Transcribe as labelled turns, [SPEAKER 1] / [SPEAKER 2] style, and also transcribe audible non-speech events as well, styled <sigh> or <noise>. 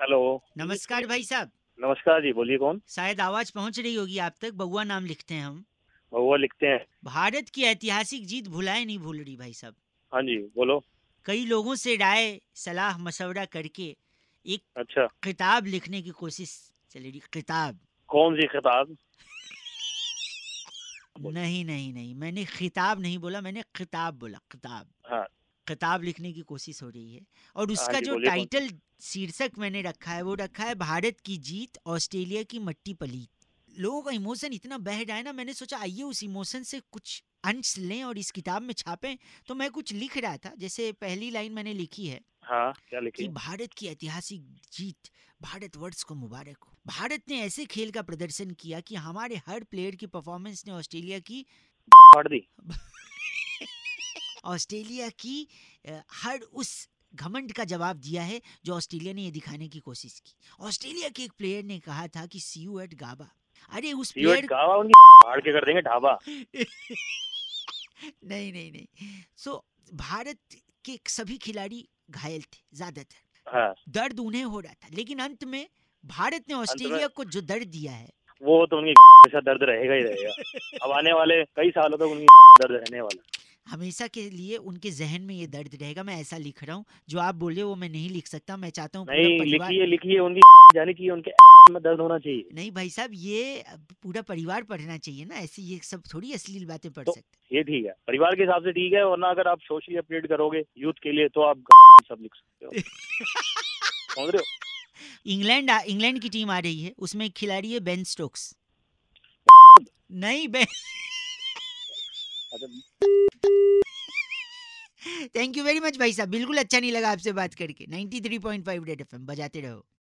[SPEAKER 1] Hello
[SPEAKER 2] नमस्कार भाई साहब
[SPEAKER 1] नमस्कार जी बोलिए कौन
[SPEAKER 2] शायद आवाज पहुंच रही होगी आप तक बउआ नाम लिखते हैं हम
[SPEAKER 1] बउआ लिखते हैं
[SPEAKER 2] भारत की ऐतिहासिक जीत भुलाए नहीं भूल रही भाई साहब
[SPEAKER 1] हाँ जी बोलो
[SPEAKER 2] कई लोगों से राय सलाह मशवरा करके
[SPEAKER 1] अच्छा
[SPEAKER 2] किताब लिखने की कोशिश चली रही किताब
[SPEAKER 1] कौन सी खिताब बोलो।
[SPEAKER 2] नहीं नहीं नहीं मैंने खिताब नहीं बोला मैंने किताब बोला किताब
[SPEAKER 1] हाँ।
[SPEAKER 2] किताब लिखने की कोशिश हो रही है और उसका
[SPEAKER 1] हाँ जी,
[SPEAKER 2] जो
[SPEAKER 1] बोलिए, बोलिए।
[SPEAKER 2] टाइटल शीर्षक मैंने रखा है वो रखा है भारत की जीत ऑस्ट्रेलिया की मट्टी पलीत लोगों का इमोशन इतना बह रहा है ना मैंने सोचा आइए उस इमोशन से कुछ अंश लें और इस किताब में छापें तो मैं कुछ लिख रहा था जैसे पहली लाइन मैंने लिखी है
[SPEAKER 1] हाँ क्या
[SPEAKER 2] कि
[SPEAKER 1] लिखी
[SPEAKER 2] भारत की ऐतिहासिक जीत भारतवर्ष को मुबारक हो भारत ने ऐसे खेल का प्रदर्शन किया कि हमारे हर प्लेयर की परफॉर्मेंस ने ऑस्ट्रेलिया की
[SPEAKER 1] फाड़ दी
[SPEAKER 2] ऑस्ट्रेलिया की अ, हर उस घमंड का जवाब दिया है जो ऑस्ट्रेलिया ने ये दिखाने की कोशिश की ऑस्ट्रेलिया के एक प्लेयर ने कहा था कि सी यू एट गाबा अरे उस
[SPEAKER 1] सीवट
[SPEAKER 2] प्लेयर
[SPEAKER 1] गावा उनकी फाड़ के कर देंगे ढाबा
[SPEAKER 2] <laughs> नहीं नहीं नहीं सो भारत के सभी खिलाड़ी घायल थे ज्यादातर
[SPEAKER 1] हाँ
[SPEAKER 2] दर्द उन्हें हो रहा था लेकिन अंत में भारत ने ऑस्ट्रेलिया को जो दर्द दिया है
[SPEAKER 1] वो तो उनकी <laughs> जैसा दर्द रहेगा ही रहेगा अब आने वाले कई सालों तक उनकी <laughs> दर्द रहने वाला
[SPEAKER 2] हमेशा के लिए उनके जहन में ये दर्द रहेगा मैं ऐसा लिख रहा हूँ जो आप बोले वो मैं नहीं लिख सकता मैं चाहता हूँ
[SPEAKER 1] नहीं
[SPEAKER 2] पूरा परिवार
[SPEAKER 1] लिखिए लिखिए उनकी <laughs> जानी चाहिए उनके में दर्द होना चाहिए
[SPEAKER 2] नहीं भाई साहब ये अब पूरा परिवार पढ़ना चाहिए ना ऐसी ये सब थोड़ी अश्लील बातें पढ़
[SPEAKER 1] तो-
[SPEAKER 2] सकते
[SPEAKER 1] ये ठीक है परिवार के हिसाब से ठीक है वरना अगर आप सोशली अपडेट करोगे यूथ के लिए तो आप <laughs> सब लिख सकते हो समझ रहे हो
[SPEAKER 2] इंग्लैंड आ- इंग्लैंड की टीम आ रही है उसमें एक खिलाड़ी है बेन स्टोक्स नहीं <laughs> बेन
[SPEAKER 1] अच्छा
[SPEAKER 2] थैंक यू वेरी मच भाई साहब बिल्कुल अच्छा नहीं लगा आपसे बात करके 93.5 रेड एफएम बजाते रहो